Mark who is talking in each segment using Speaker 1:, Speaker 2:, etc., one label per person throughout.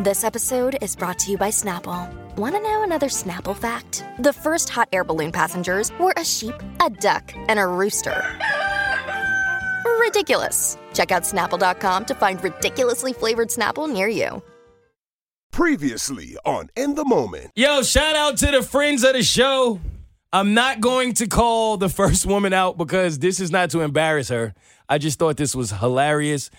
Speaker 1: This episode is brought to you by Snapple. Want to know another Snapple fact? The first hot air balloon passengers were a sheep, a duck, and a rooster. Ridiculous. Check out snapple.com to find ridiculously flavored Snapple near you.
Speaker 2: Previously on In the Moment.
Speaker 3: Yo, shout out to the friends of the show. I'm not going to call the first woman out because this is not to embarrass her. I just thought this was hilarious.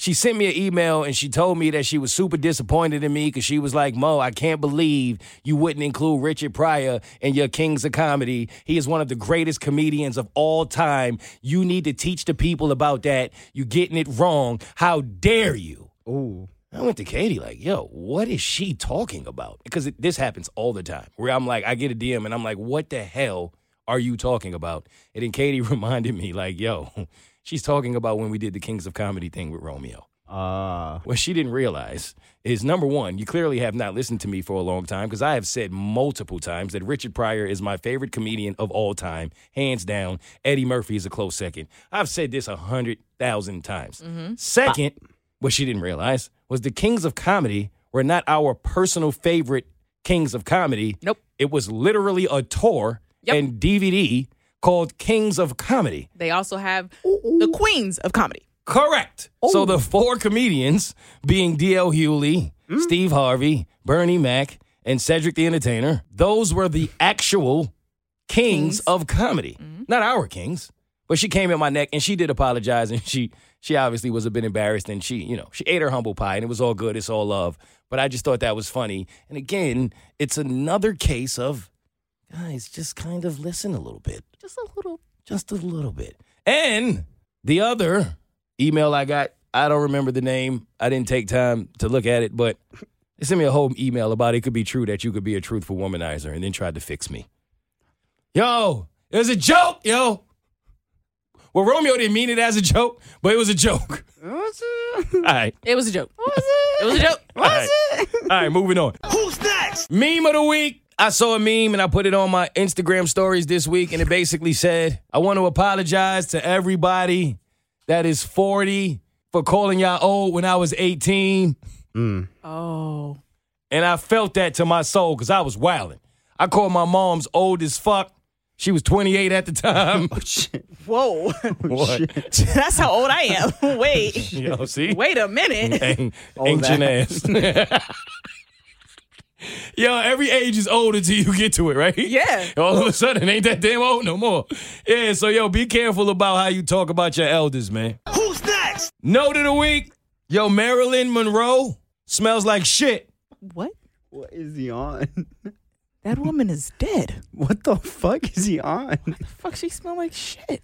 Speaker 3: She sent me an email and she told me that she was super disappointed in me because she was like, Mo, I can't believe you wouldn't include Richard Pryor in your Kings of Comedy. He is one of the greatest comedians of all time. You need to teach the people about that. You're getting it wrong. How dare you? I went to Katie like, yo, what is she talking about? Because it, this happens all the time where I'm like, I get a DM and I'm like, what the hell are you talking about? And then Katie reminded me like, yo, she's talking about when we did the Kings of Comedy thing with Romeo.
Speaker 4: Uh,
Speaker 5: Uh-huh.
Speaker 3: What she didn't realize is number one, you clearly have not listened to me for a long time because I have said multiple times that Richard Pryor is my favorite comedian of all time, hands down. Eddie Murphy is a close second. I've said this a hundred thousand times.
Speaker 5: Mm-hmm. Uh,
Speaker 3: Second, what she didn't realize was the Kings of Comedy were not our personal favorite Kings of Comedy.
Speaker 5: Nope.
Speaker 3: It was literally a tour
Speaker 5: Yep.
Speaker 3: and DVD called Kings of Comedy.
Speaker 5: They also have the queens of comedy.
Speaker 3: Correct. So the four comedians being D.L. Hewley, Steve Harvey, Bernie Mac, and Cedric the Entertainer, those were the actual kings,
Speaker 5: Kings.
Speaker 3: of comedy. Not our kings. But she came at my neck and she did apologize and she she obviously was a bit embarrassed and she, you know, she ate her humble pie and it was all good, it's all love. But I just thought that was funny. And again, it's another case of guys, just kind of listen a little bit
Speaker 5: Just a little.
Speaker 3: just a little bit. And the other email I got, I don't remember the name. I didn't take time to look at it, but they sent me a whole email about it could be true that you could be a truthful womanizer and then tried to fix me. Yo, it was a joke, yo. Well, Romeo didn't mean it as a joke, but it was a joke. All right.
Speaker 5: It was a joke. was it? It was a joke.
Speaker 3: All right. All right, moving on. Who's next? Meme of the week. I saw a meme and I put it on my Instagram stories this week, and it basically said, I want to apologize to everybody that is 40 for calling y'all old when I was 18.
Speaker 5: Oh.
Speaker 3: And I felt that to my soul because I was wilding. I called my mom's old as fuck. She was 28 at the time.
Speaker 5: Whoa.
Speaker 3: What?
Speaker 5: That's how old I am. Wait.
Speaker 3: You know, see?
Speaker 5: Wait a minute.
Speaker 3: Ang- ancient ass. Yo, every age is old until you get to it, right?
Speaker 5: Yeah.
Speaker 3: All of a sudden, ain't that damn old no more. Yeah, so yo, be careful about how you talk about your elders, man. Who's next? Note of the week. Yo, Marilyn Monroe smells like shit.
Speaker 5: What?
Speaker 4: what is he on?
Speaker 5: That woman is dead.
Speaker 4: What the fuck is he on?
Speaker 5: Fuck, she smell like shit.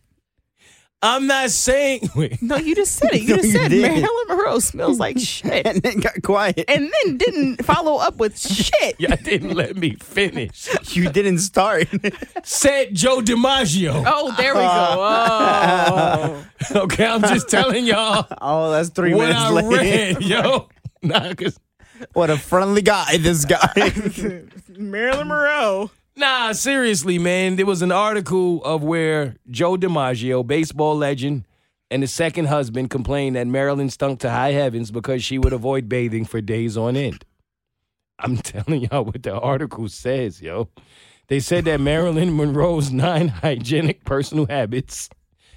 Speaker 3: I'm not saying. Wait.
Speaker 5: No, you just said it. You
Speaker 4: No,
Speaker 5: just
Speaker 4: you
Speaker 5: said
Speaker 4: did.
Speaker 5: Marilyn Monroe smells like shit.
Speaker 4: and then got quiet.
Speaker 5: And then didn't follow up with shit.
Speaker 3: Y'all didn't let me finish.
Speaker 4: You didn't start.
Speaker 3: Said Joe DiMaggio.
Speaker 5: Oh, there we go.
Speaker 4: Uh,
Speaker 5: Oh.
Speaker 3: Okay, I'm just telling y'all
Speaker 4: oh, that's three
Speaker 3: what
Speaker 4: minutes
Speaker 3: I
Speaker 4: later.
Speaker 3: read, yo. Nah, cause
Speaker 4: What a friendly guy this guy.
Speaker 5: Marilyn Monroe.
Speaker 3: Nah, seriously, man. There was an article of where Joe DiMaggio, baseball legend, and his second husband complained that Marilyn stunk to high heavens because she would avoid bathing for days on end. I'm telling y'all what the article says, yo. They said that Marilyn Monroe's nine hygienic personal habits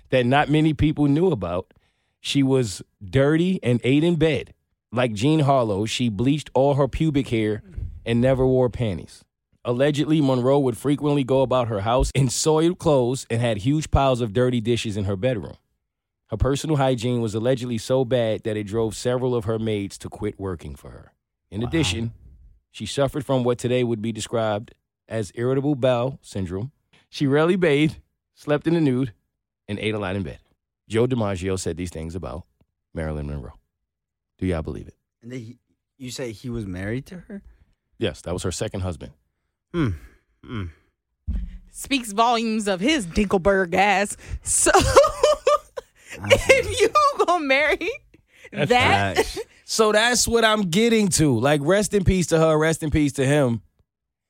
Speaker 3: that not many people knew about. She was dirty and ate in bed. Like Jean Harlow, she bleached all her pubic hair and never wore panties. Allegedly, Monroe would frequently go about her house in soiled clothes and had huge piles of dirty dishes in her bedroom. Her personal hygiene was allegedly so bad that it drove several of her maids to quit working for her. In addition, she suffered from what today would be described as irritable bowel syndrome. She rarely bathed, slept in the nude, and ate a lot in bed. Joe DiMaggio said these things about Marilyn Monroe. Do y'all believe it?
Speaker 4: And then he- you say he was married to her?
Speaker 3: Yes, that was her second husband.
Speaker 4: Hmm. Hmm.
Speaker 5: Speaks volumes of his Dinkelberg ass. So if you gonna marry that
Speaker 4: Facts.
Speaker 3: So that's what I'm getting to. Like, rest in peace to her, rest in peace to him.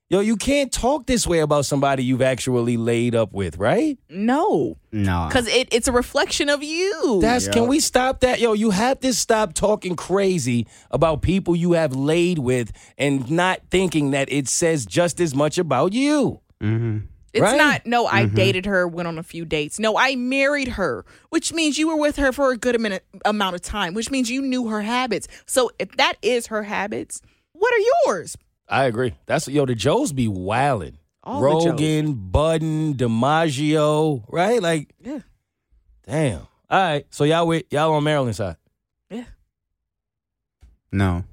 Speaker 3: Yo, you can't talk this way about somebody you've actually laid up with, right?
Speaker 5: No,
Speaker 4: No.
Speaker 5: because it, it's a reflection of you.
Speaker 3: That's
Speaker 4: Yeah.
Speaker 3: can we stop that? Yo, you have to stop talking crazy about people you have laid with and not thinking that it says just as much about you.
Speaker 5: it's
Speaker 3: right?
Speaker 5: not. No, I dated her, went on a few dates. No, I married her, which means you were with her for a good amount amount of time, which means you knew her habits. So if that is her habits, what are yours?
Speaker 3: I agree. That's yo, the Joes be wildin'.
Speaker 5: All the Joes.
Speaker 3: Rogan, Budden, DiMaggio, right? Like,
Speaker 5: Yeah.
Speaker 3: damn. All right. So y'all with y'all on Maryland side.
Speaker 5: Yeah,
Speaker 4: no.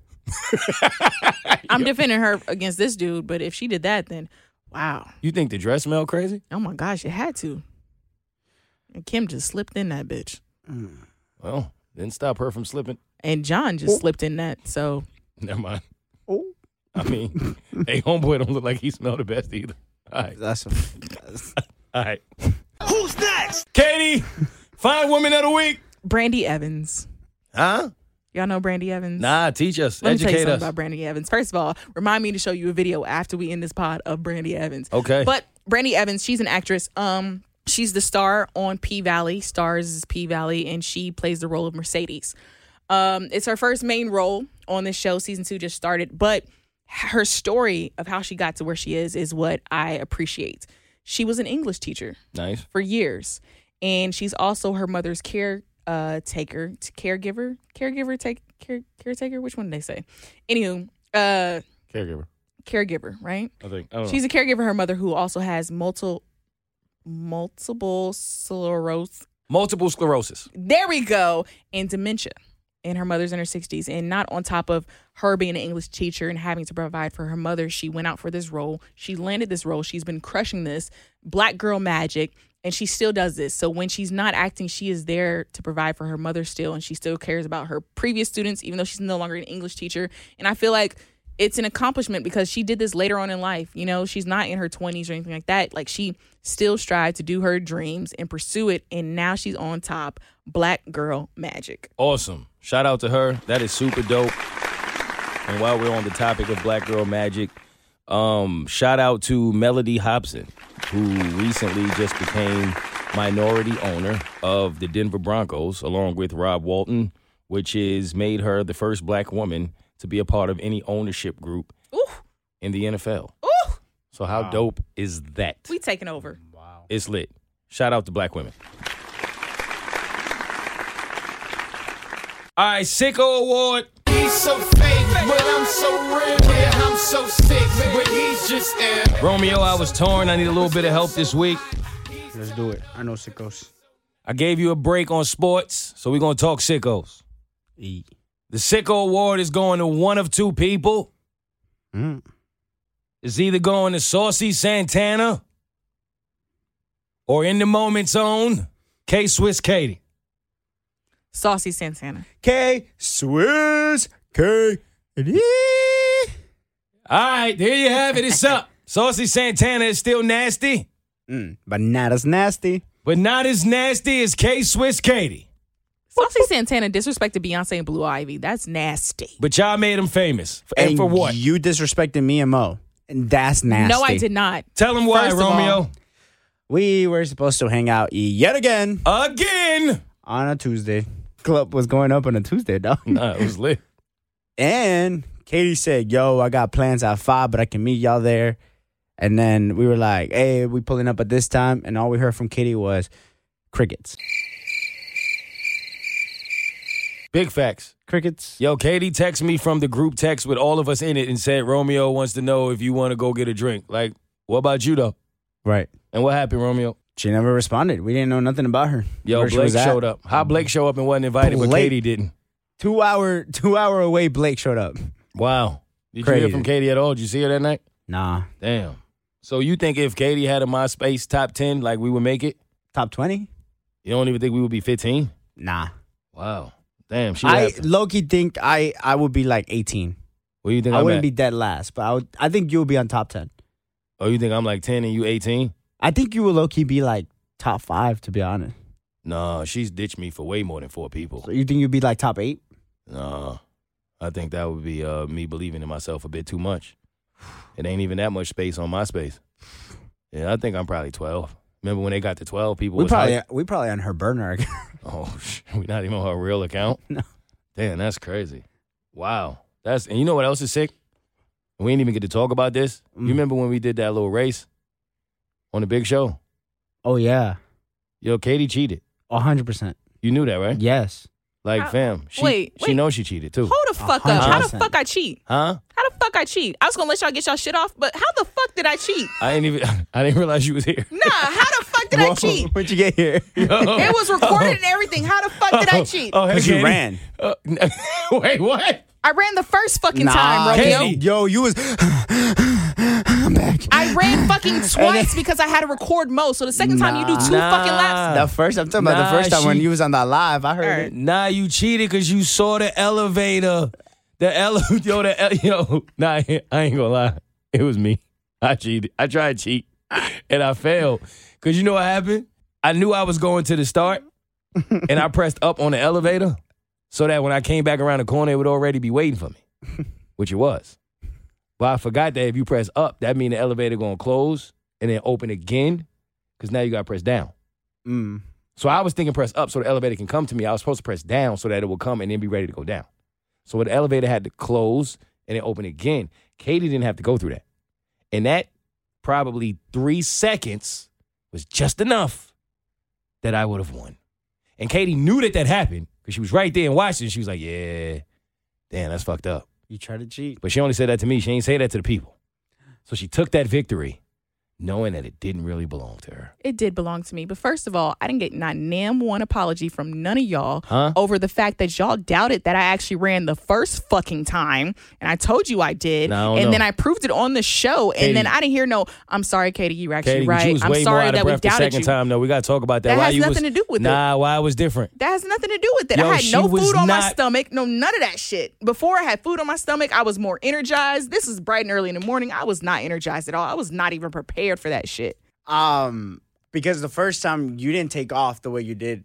Speaker 5: I'm defending her against this dude, but if she did that, then wow,
Speaker 3: You think the dress smell crazy?
Speaker 5: oh my gosh, it had to. And Kim just slipped in that bitch,
Speaker 3: Well, didn't stop her from slipping.
Speaker 5: and John just slipped in that. So
Speaker 3: Never mind.
Speaker 5: Oh.
Speaker 3: I mean, hey, homeboy don't look like he smelled the best either. All right.
Speaker 4: That's. that's
Speaker 3: All right. Who's next? Katie, fine woman of the week.
Speaker 5: Brandy Evans,
Speaker 3: Huh?
Speaker 5: y'all know Brandy Evans.
Speaker 3: Nah, teach us.
Speaker 5: Let me tell you
Speaker 3: Educate
Speaker 5: something
Speaker 3: us.
Speaker 5: about Brandy Evans. First of all, remind me to show you a video after we end this pod of Brandy Evans.
Speaker 3: Okay.
Speaker 5: But Brandy Evans, she's an actress. Um, she's the star on P Valley. Stars is P Valley, and she plays the role of Mercedes. Um, it's her first main role on this show. Season two just started, but her story of how she got to where she is is what I appreciate. She was an English teacher
Speaker 3: nice.
Speaker 5: for years, and she's also her mother's care uh taker, t- caregiver, caregiver, take care, caretaker. Which one did they say? Anywho, uh,
Speaker 3: Caregiver.
Speaker 5: caregiver, right?
Speaker 3: I think. I don't
Speaker 5: She's a caregiver. Her mother, who also has multiple multiple sclerosis.
Speaker 3: know. Multiple sclerosis.
Speaker 5: There we go, and dementia. And her mother's in her 60s. And not on top of her being an English teacher and having to provide for her mother, she went out for this role. She landed this role. She's been crushing this black girl magic, and she still does this. So when she's not acting, she is there to provide for her mother still, and she still cares about her previous students, even though she's no longer an English teacher. And I feel like it's an accomplishment because she did this later on in life. You know, she's not in her 20s or anything like that. Like she still strived to do her dreams and pursue it. And now she's on top. Black girl magic.
Speaker 3: Awesome. Shout out to her. That is super dope. And while we're on the topic of Black Girl Magic, um, shout out to Melody Hobson, who recently just became minority owner of the Denver Broncos, along with Rob Walton, which is made her the first black woman to be a part of any ownership group
Speaker 5: Ooh,
Speaker 3: in the NFL.
Speaker 5: ooh,
Speaker 3: So how dope is that?
Speaker 5: we taking over.
Speaker 3: It's lit. Shout out to black women. All right, Sicko Award.
Speaker 6: He's so fake, but I'm so real. Yeah, I'm so sick, but he's just ill.
Speaker 3: Romeo, I was torn. I need a little bit of help this week.
Speaker 4: let's do it. I know sickos.
Speaker 3: I gave you a break on sports, so we're going to talk sickos.
Speaker 4: E.
Speaker 3: The Sicko Award is going to one of two people.
Speaker 4: Mm.
Speaker 3: It's either going to Saucy Santana or in the moment's own, K Swiss Katie.
Speaker 5: Saucy Santana.
Speaker 4: K Swiss K D.
Speaker 3: All right, there you have it. It's up. Saucy Santana is still nasty.
Speaker 4: Mm, but not as nasty.
Speaker 3: but not as nasty as K Swiss Katie.
Speaker 5: Saucy Santana disrespected Beyonce and Blue Ivy. That's nasty.
Speaker 3: But y'all made him famous. F- And, for what?
Speaker 4: You disrespected me and Mo. And that's nasty.
Speaker 5: No, I did not.
Speaker 3: Tell him why,
Speaker 5: First of all-
Speaker 3: Romeo.
Speaker 4: We were supposed to hang out yet again
Speaker 3: Again.
Speaker 4: on a Tuesday. Club was going up on a Tuesday, dog.
Speaker 3: Nah, it was lit.
Speaker 4: And Katie said, Yo, I got plans at five, but I can meet y'all there. And then we were like, Hey, we pulling up at this time. And all we heard from Katie was crickets.
Speaker 3: Big facts.
Speaker 4: Crickets.
Speaker 3: Yo, Katie texted me from the group text with all of us in it and said, Romeo wants to know if you want to go get a drink. Like, what about you, though?
Speaker 4: Right.
Speaker 3: And what happened, Romeo?
Speaker 4: She never responded. We didn't know nothing about her.
Speaker 3: Yo,
Speaker 4: Where she
Speaker 3: Blake
Speaker 4: was at.
Speaker 3: showed up. How Blake show up and wasn't invited, but
Speaker 4: Blake.
Speaker 3: Katie didn't.
Speaker 4: Two hour two hour away, Blake showed up.
Speaker 3: Wow. Did you
Speaker 4: Crazy.
Speaker 3: hear from Katie at all? Did you see her that night?
Speaker 4: Nah.
Speaker 3: Damn. So you think if Katie had a MySpace top 10, like we would make it?
Speaker 4: Top twenty?
Speaker 3: You don't even think we would be 15?
Speaker 4: Nah.
Speaker 3: Wow. Damn. She
Speaker 4: I
Speaker 3: have-
Speaker 4: low key think I I would be like eighteen.
Speaker 3: What do you think?
Speaker 4: I
Speaker 3: am
Speaker 4: wouldn't
Speaker 3: at?
Speaker 4: be dead last, but I would, I think you'll be on top ten.
Speaker 3: Oh, you think I'm like ten and you eighteen?
Speaker 4: I think you will low key be like top five to be honest.
Speaker 3: No, she's ditched me for way more than four people.
Speaker 4: So you think you'd be like top eight?
Speaker 3: No, I think that would be uh, me believing in myself a bit too much. It ain't even that much space on MySpace. Yeah, I think I'm probably 12. Remember when they got to 12 people?
Speaker 4: We
Speaker 3: was hype?
Speaker 4: probably we probably on her burner. account.
Speaker 3: Oh, we're not even on her real account.
Speaker 4: No.
Speaker 3: Damn, that's crazy. Wow, that's and you know what else is sick? We didn't even get to talk about this. You
Speaker 4: Mm.
Speaker 3: remember when we did that little race on the big show?
Speaker 4: oh yeah,
Speaker 3: Yo, Katie cheated.
Speaker 4: hundred percent.
Speaker 3: You knew that, right?
Speaker 4: Yes.
Speaker 3: Like,
Speaker 5: I-
Speaker 3: fam, she
Speaker 5: Uh, wait,
Speaker 3: she
Speaker 5: wait.
Speaker 3: knows she cheated too.
Speaker 5: Hold the fuck up. How the
Speaker 4: 100%.
Speaker 5: fuck I cheat?
Speaker 3: Huh?
Speaker 5: How the fuck I cheat? I was gonna let y'all get y'all shit off, but how the fuck did I cheat?
Speaker 3: I ain't even. I didn't realize you was here.
Speaker 5: Nah, how the fuck did I
Speaker 3: Whoa.
Speaker 5: cheat?
Speaker 4: When'd you get here?
Speaker 5: It was recorded and everything. How the fuck did I cheat?
Speaker 3: Oh, hey,
Speaker 4: Because you
Speaker 3: Katie.
Speaker 4: ran.
Speaker 3: Uh, wait, what?
Speaker 5: I ran the first fucking time, Romeo.
Speaker 3: Katie.
Speaker 4: Yo, you was. I'm back.
Speaker 5: I ran fucking twice because I had to record most. So the second time you do two
Speaker 3: Nah.
Speaker 5: fucking laps.
Speaker 3: Uh,
Speaker 4: the first. I'm talking about
Speaker 3: Nah,
Speaker 4: the first time when
Speaker 3: she-
Speaker 4: you was on that live. I heard
Speaker 5: All right.
Speaker 4: it.
Speaker 3: Nah, you cheated because you saw the elevator. The ele- yo, the ele- yo. Nah, I ain't- I ain't gonna lie. It was me. I cheated. I tried to cheat, and I failed. Cause you know what happened? I knew I was going to the start, and I pressed up on the elevator so that when I came back around the corner, it would already be waiting for me, which it was. But I forgot that if you press up, that means the elevator gonna close and then open again, cause now you gotta press down.
Speaker 4: Mm.
Speaker 3: So I was thinking press up so the elevator can come to me. I was supposed to press down so that it will come and then be ready to go down. So the elevator had to close and then open again. Katie didn't have to go through that. And that probably three seconds was just enough that I would have won. And Katie knew that that happened because she was right there and watching. She was like, yeah, damn, that's fucked up.
Speaker 4: You tried to cheat.
Speaker 3: But she only said that to me. She ain't say that to the people. So she took that victory knowing that it didn't really belong to her.
Speaker 5: It did belong to me. But first of all, I didn't get not nam one apology from none of y'all
Speaker 3: Huh?
Speaker 5: over the fact that y'all doubted that I actually ran the first fucking time. And I told you I did.
Speaker 3: Nah, I don't
Speaker 5: and
Speaker 3: know.
Speaker 5: then I proved it on the show.
Speaker 3: Katie.
Speaker 5: and then I didn't hear no, I'm sorry, Katie, you were actually
Speaker 3: Katie, but
Speaker 5: right.
Speaker 3: you was
Speaker 5: I'm
Speaker 3: way more
Speaker 5: sorry
Speaker 3: out of
Speaker 5: that we
Speaker 3: breath the
Speaker 5: doubted
Speaker 3: second
Speaker 5: you.
Speaker 3: time, though. We got to talk about that.
Speaker 5: That
Speaker 3: why
Speaker 5: has
Speaker 3: you
Speaker 5: nothing
Speaker 3: was,
Speaker 5: to do with it.
Speaker 3: nah, why I was different.
Speaker 5: That has nothing to do with it.
Speaker 3: Yo,
Speaker 5: I had no
Speaker 3: she was
Speaker 5: food on my
Speaker 3: not-
Speaker 5: stomach, no none of that shit. Before I had food on my stomach, I was more energized. This is bright and early in the morning. I was not energized at all. I was not even prepared for that shit.
Speaker 4: Um, because the first time you didn't take off the way you did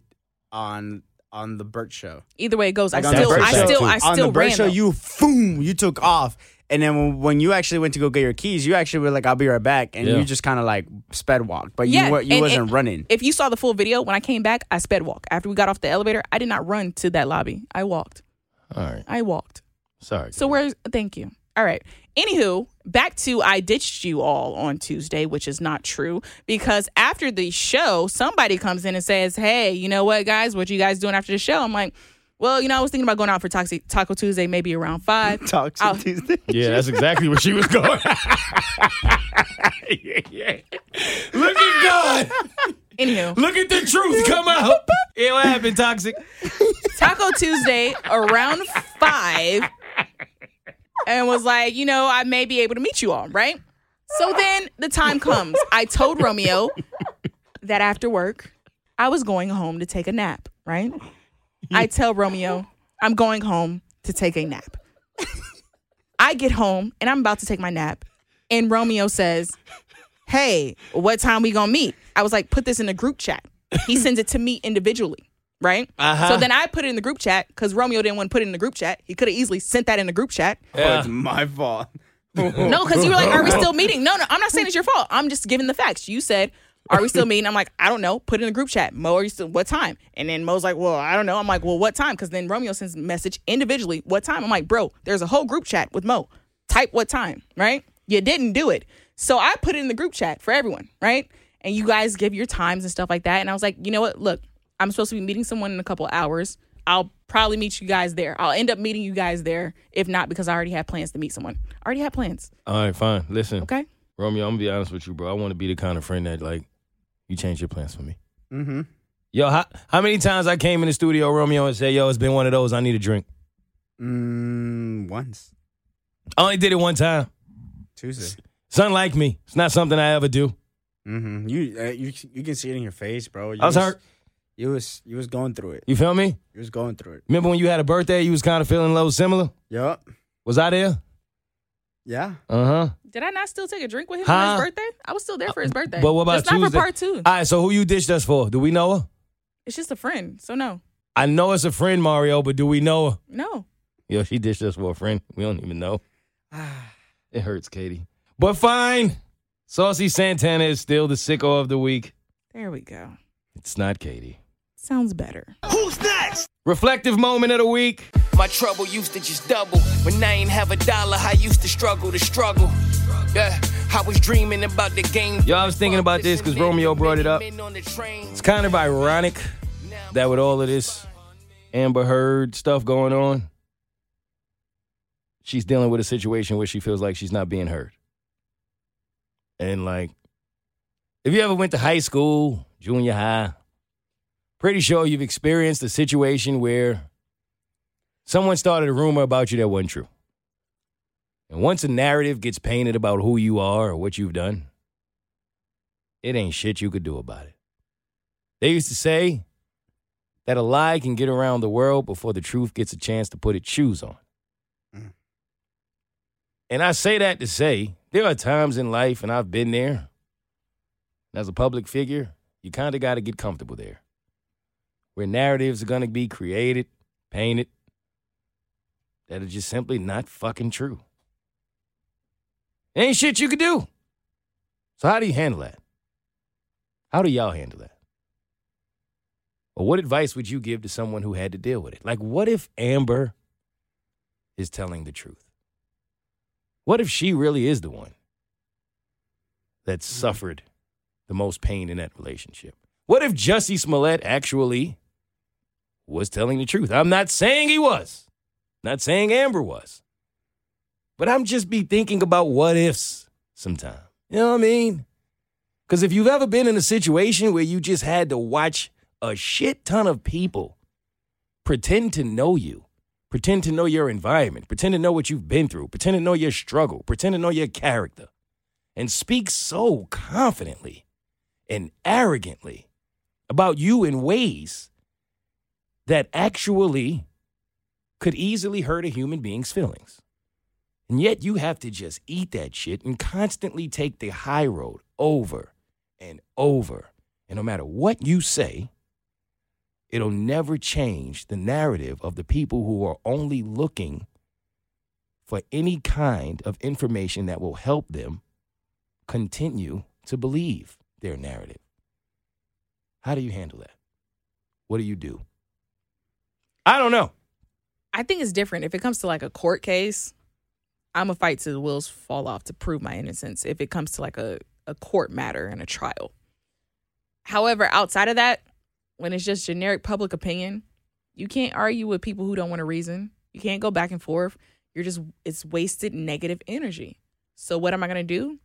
Speaker 4: on on the Burt show.
Speaker 5: Either way it goes, I
Speaker 4: Like on the
Speaker 5: still,
Speaker 4: Burt
Speaker 5: I
Speaker 4: show,
Speaker 5: still, I
Speaker 4: on the
Speaker 5: still
Speaker 4: Burt
Speaker 5: ran.
Speaker 4: show,
Speaker 5: though.
Speaker 4: you boom, you took off. And then when- when you actually went to go get your keys, you actually were like, "I'll be right back," and
Speaker 3: Yeah.
Speaker 4: you just kind of like sped walked, but you were, you
Speaker 5: and-
Speaker 4: wasn't
Speaker 5: and
Speaker 4: running.
Speaker 5: If you saw the full video, when I came back, I sped walk. After we got off the elevator, I did not run to that lobby. I walked.
Speaker 3: All right.
Speaker 5: I walked.
Speaker 3: Sorry.
Speaker 5: So where's thank you. All right. Anywho, back to I ditched you all on Tuesday, which is not true because after the show, somebody comes in and says, "Hey, you know what, guys? What you guys doing after the show?" I'm like, "Well, you know, I was thinking about going out for Toxic Taco Tuesday, maybe around five.
Speaker 4: Talks
Speaker 3: Oh.
Speaker 5: I'll-
Speaker 4: Tuesday.
Speaker 3: Yeah, that's exactly where she was going. Look at God.
Speaker 5: Anywho,
Speaker 3: Look at the truth come out. Yeah, what happened, Toxic?
Speaker 5: Taco Tuesday around five, and was like, you know, I may be able to meet you all, right? So then the time comes. I told Romeo that after work, I was going home to take a nap, right? I tell Romeo, I'm going home to take a nap. I get home and I'm about to take my nap. And Romeo says, Hey, what time we gonna meet? I was like, put this in the group chat. He sends it to me individually, right? So then I put it in the group chat because Romeo didn't want to put it in the group chat. He could have easily sent that in the group chat.
Speaker 4: Oh, it's my fault.
Speaker 5: No, because you were like, "Are we still meeting?" No, no, I'm not saying it's your fault. I'm just giving the facts. You said, "Are we still meeting?" I'm like, "I don't know." Put it in the group chat. Mo, are you still? What time? And then Mo's like, "Well, I don't know." I'm like, "Well, what time?" Because then Romeo sends a message individually. What time? I'm like, "Bro, there's a whole group chat with Mo. Type what time, right?" You didn't do it, so I put it in the group chat for everyone, right? And you guys give your times and stuff like that. And I was like, you know what? Look, I'm supposed to be meeting someone in a couple hours. I'll probably meet you guys there. I'll end up meeting you guys there, if not because I already had plans to meet someone. I already had plans.
Speaker 3: All right, fine. Listen,
Speaker 5: Okay.
Speaker 3: Romeo, I'm gonna be honest with you, bro. I want to be the kind of friend that like you change your plans for me.
Speaker 4: Mm-hmm.
Speaker 3: Yo, how, how many times I came in the studio, Romeo, and said, "Yo, it's been one of those. I need a drink."
Speaker 4: Mm, once
Speaker 3: I only did it one time.
Speaker 4: Tuesday.
Speaker 3: It's unlike me. It's not something I ever do.
Speaker 4: Mm-hmm. You uh, you you can see it in your face, bro. You
Speaker 3: I was hurt.
Speaker 4: You was you was going through it.
Speaker 3: You feel me?
Speaker 4: You was going through it.
Speaker 3: Remember when you had a birthday? You was kind of feeling low, similar.
Speaker 4: Yup.
Speaker 3: Was I there?
Speaker 4: Yeah.
Speaker 3: Uh huh.
Speaker 5: Did I not still take a drink with him
Speaker 3: Huh? Uh,
Speaker 5: for his birthday? I was still there for his birthday.
Speaker 3: But what about
Speaker 5: It's not
Speaker 3: Tuesday?
Speaker 5: for part two.
Speaker 3: All right, so who you ditched us for? Do we know her?
Speaker 5: it's just a friend. So no,
Speaker 3: I know it's a friend, Mario, but do we know her?
Speaker 5: no.
Speaker 3: Yo, she ditched us for a friend. We don't even know. It hurts, Katie. But fine. Saucy Santana is still the sicko of the week.
Speaker 5: There we go.
Speaker 3: It's not Katie.
Speaker 5: Sounds better.
Speaker 3: Reflective moment of the week.
Speaker 7: My trouble used to just double. When I ain't have a dollar, I used to struggle to struggle. Yeah, I was dreaming about the game.
Speaker 3: Yo, I was thinking about this 'cause Romeo brought it up. It's kind of ironic that with all of this Amber Heard stuff going on, she's dealing with a situation where she feels like she's not being heard. And like, if you ever went to high school, junior high, pretty sure you've experienced a situation where someone started a rumor about you that wasn't true. And once a narrative gets painted about who you are or what you've done, it ain't shit you could do about it. They used to say that a lie can get around the world before the truth gets a chance to put its shoes on. And I say that to say there are times in life, and I've been there, and as a public figure, you kind of got to get comfortable there, where narratives are going to be created, painted, that are just simply not fucking true. Ain't shit you could do. So how do you handle that? How do y'all handle that? Or what advice would you give to someone who had to deal with it? Like, what if Amber is telling the truth? What if she really is the one that suffered the most pain in that relationship? What if Jussie Smollett actually was telling the truth? I'm not saying he was, not saying Amber was, but I'm just be thinking about what ifs sometime. You know what I mean? Because if you've ever been in a situation where you just had to watch a shit ton of people pretend to know you, pretend to know your environment, pretend to know what you've been through, pretend to know your struggle, pretend to know your character, and speak so confidently and arrogantly about you in ways that actually could easily hurt a human being's feelings. And yet you have to just eat that shit and constantly take the high road over and over. And no matter what you say, it'll never change the narrative of the people who are only looking for any kind of information that will help them continue to believe their narrative. How do you handle that? What do you do? I don't know.
Speaker 5: I think it's different. If it comes to like a court case, I'm a fight to the wheels fall off to prove my innocence. If it comes to like a, a court matter and a trial. However, outside of that, when it's just generic public opinion, you can't argue with people who don't want to reason. You can't go back and forth. You're just, it's wasted negative energy. So, what am I going to do?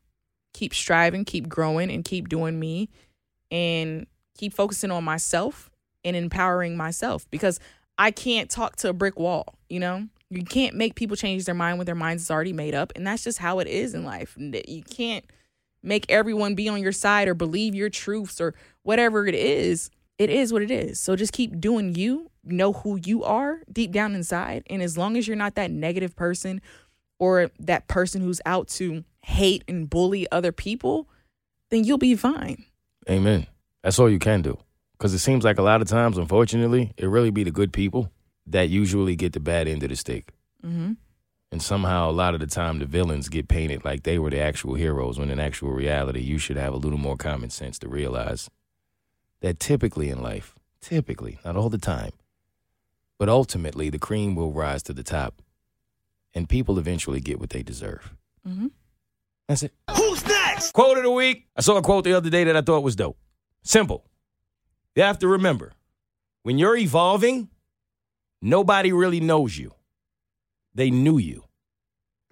Speaker 5: Keep striving, keep growing, and keep doing me and keep focusing on myself and empowering myself because I can't talk to a brick wall, you know? You can't make people change their mind when their minds is already made up. And that's just how it is in life. N- You can't make everyone be on your side or believe your truths or whatever it is. It is what it is. So just keep doing you, know who you are deep down inside. And as long as you're not that negative person or that person who's out to hate and bully other people, then you'll be fine.
Speaker 3: Amen. That's all you can do. Because it seems like a lot of times, unfortunately, it really be the good people that usually get the bad end of the stick.
Speaker 5: Mm-hmm.
Speaker 3: And somehow, a lot of the time, the villains get painted like they were the actual heroes, when in actual reality, you should have a little more common sense to realize that typically in life, typically, not all the time, but ultimately, the cream will rise to the top and people eventually get what they deserve.
Speaker 5: Mm-hmm.
Speaker 3: That's it. Who's next? Quote of the week. I saw a quote the other day that I thought was dope. Simple. You have to remember when you're evolving, nobody really knows you, they knew you.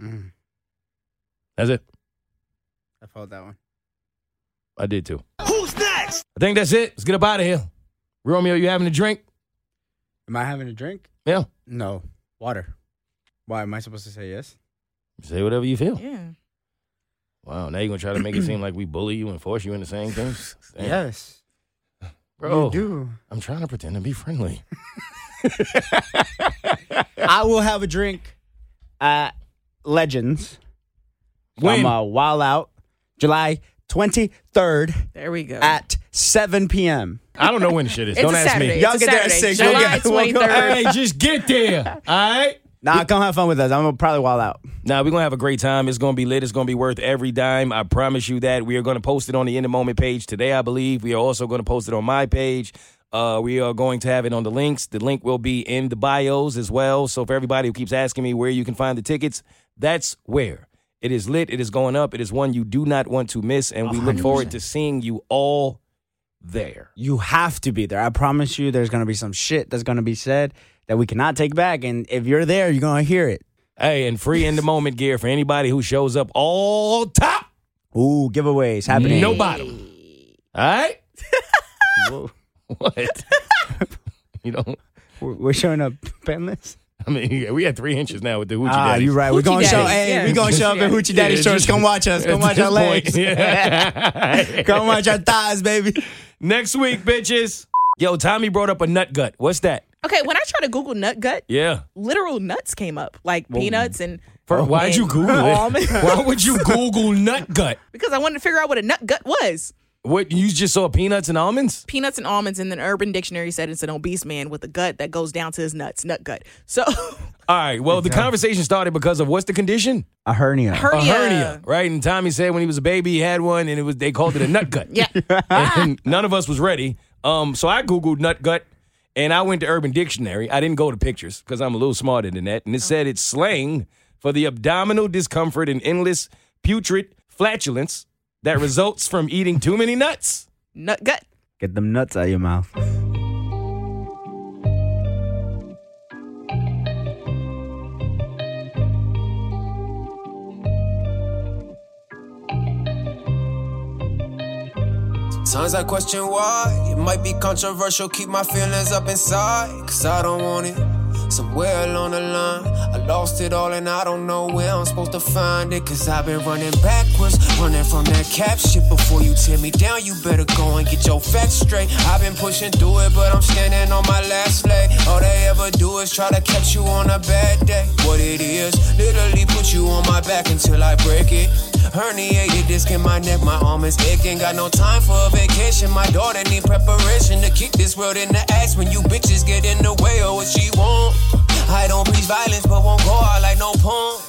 Speaker 4: Mm,
Speaker 3: That's it.
Speaker 4: I felt that one.
Speaker 3: I did too. Who's next? I think that's it. Let's get up out of here. Romeo, you having a drink?
Speaker 4: Am I having a drink?
Speaker 3: Yeah.
Speaker 4: No. Water. Why am I supposed to say yes?
Speaker 3: Say whatever you feel.
Speaker 5: Yeah.
Speaker 3: Wow. Now you're going to try to make it seem like we bully you and force you into saying things? Damn.
Speaker 4: Yes.
Speaker 3: Bro,
Speaker 4: You do.
Speaker 3: I'm trying to pretend to be friendly.
Speaker 4: I will have a drink at Legends.
Speaker 3: When?
Speaker 4: I'm uh, Wild Out, July 23rd
Speaker 5: There we go.
Speaker 4: at 7 p.m.
Speaker 3: I don't know when the shit is.
Speaker 5: It's
Speaker 3: don't
Speaker 5: a
Speaker 3: ask me.
Speaker 5: Saturday.
Speaker 4: Y'all
Speaker 5: It's a
Speaker 4: get there at
Speaker 5: Saturday,
Speaker 4: six.
Speaker 5: July
Speaker 4: We'll get- we'll go-
Speaker 5: 23rd.
Speaker 3: Hey, just get there. All right?
Speaker 4: Nah, come have fun with us. I'm gonna probably wall out.
Speaker 3: Now we're gonna have a great time. It's gonna be lit. It's gonna be worth every dime. I promise you that. We are gonna post it on the In the Moment page today, I believe. We are also gonna post it on my page. Uh, we are going to have it on the links. The link will be in the bios as well. So for everybody who keeps asking me where you can find the tickets, that's where. It is lit. It is going up. It is one you do not want to miss, and we look forward to seeing you all there.
Speaker 4: You have to be there. I promise you, there's gonna be some shit that's gonna be said that we cannot take back. And if you're there, you're gonna hear it.
Speaker 3: Hey, and free in the moment gear for anybody who shows up all top,
Speaker 4: Ooh, giveaways happening.
Speaker 3: no bottom. All right.
Speaker 4: Whoa.
Speaker 3: What? you know,
Speaker 4: We're we're showing up penless.
Speaker 3: I mean, yeah, we had three inches now with the hoochie
Speaker 4: Ah,
Speaker 3: daddies.
Speaker 4: you're right. We're
Speaker 5: Hoochie
Speaker 4: gonna show.
Speaker 5: daddies,
Speaker 4: Hey,
Speaker 5: yeah.
Speaker 4: we're gonna show up at Hoochie Daddy's
Speaker 3: Yeah,
Speaker 4: church.
Speaker 3: just-
Speaker 4: Come watch us. Come
Speaker 3: At
Speaker 4: watch
Speaker 3: this
Speaker 4: our
Speaker 3: point,
Speaker 4: legs.
Speaker 3: yeah.
Speaker 4: Come watch our thighs, baby.
Speaker 3: Next week, bitches. Yo, Tommy brought up a nut gut. What's that?
Speaker 5: Okay, when I tried to Google nut gut,
Speaker 3: Yeah.
Speaker 5: literal nuts came up, like peanuts and.
Speaker 4: Oh.
Speaker 3: First, why'd you
Speaker 5: and
Speaker 3: Google
Speaker 5: almonds.
Speaker 3: it? Why would you Google nut gut?
Speaker 5: because I wanted to figure out what a nut gut was.
Speaker 3: What you just saw peanuts and almonds?
Speaker 5: Peanuts and almonds, and then Urban Dictionary said it's an obese man with a gut that goes down to his nuts, nut gut. So
Speaker 3: All right. Well, the conversation started because of what's the condition?
Speaker 4: A hernia.
Speaker 5: hernia.
Speaker 3: A hernia, right? And Tommy said when he was a baby he had one, and it was they called it a nut gut.
Speaker 5: Yeah.
Speaker 3: and none of us was ready. Um, so I googled nut gut, and I went to Urban Dictionary. I didn't go to pictures because I'm a little smarter than that. And it said it's slang for the abdominal discomfort and endless putrid flatulence that results from eating too many nuts.
Speaker 5: Nut gut.
Speaker 4: Get them nuts out of your mouth.
Speaker 8: Times I question why. It might be controversial, keep my feelings up inside. Cause I don't want it. Somewhere along the line, I lost it all and I don't know where I'm supposed to find it. Cause I've been running backwards, running from that cap shit. Before you tear me down, you better go and get your facts straight. I've been pushing through it, but I'm standing on my last leg. All they ever do is try to catch you on a bad day. What it is, literally put you on my back until I break it. Herniated disc in my neck, my arm is aching. Got no time for a vacation. My daughter need preparation to kick this world in the ass when you bitches get in the way of what she want. I don't preach violence, but won't go out like no punk.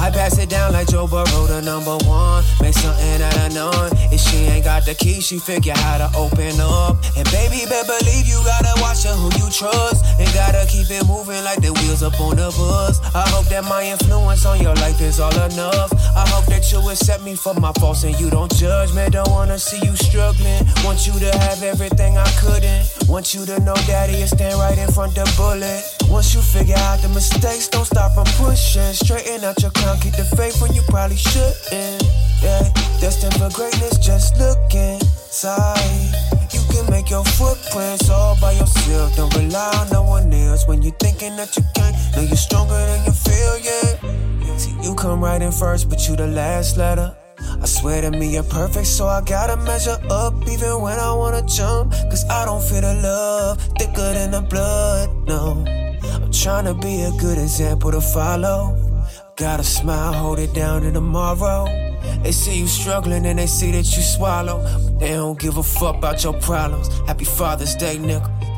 Speaker 8: I pass it down like Joe Burrow, the number one. Make something out of none. If she ain't got the key, she figure how to open up. And baby, better believe you gotta watch her who you trust. And gotta keep it moving like the wheels up on the bus. I hope that my influence on your life is all enough. I hope that you accept me for my faults and you don't judge me. Don't wanna see you struggling. Want you to have everything I couldn't. Want you to know daddy is stand right in front the bullet. Once you figure out the mistakes, don't stop from pushing. Straighten out your crown, keep the faith when you probably shouldn't. Yeah, destined for greatness, just look inside. You can make your footprints all by yourself. Don't rely on no one else when you're thinking that you can't. Know you're stronger than you feel, yeah. See, you come right in first, but you the last letter. I swear to me, you're perfect, so I gotta measure up even when I wanna jump. Cause I don't feel the love thicker than the blood, no. I'm trying to be a good example to follow. Gotta smile, hold it down to tomorrow. They see you struggling and they see that you swallow. But they don't give a fuck about your problems. Happy Father's Day, nigga.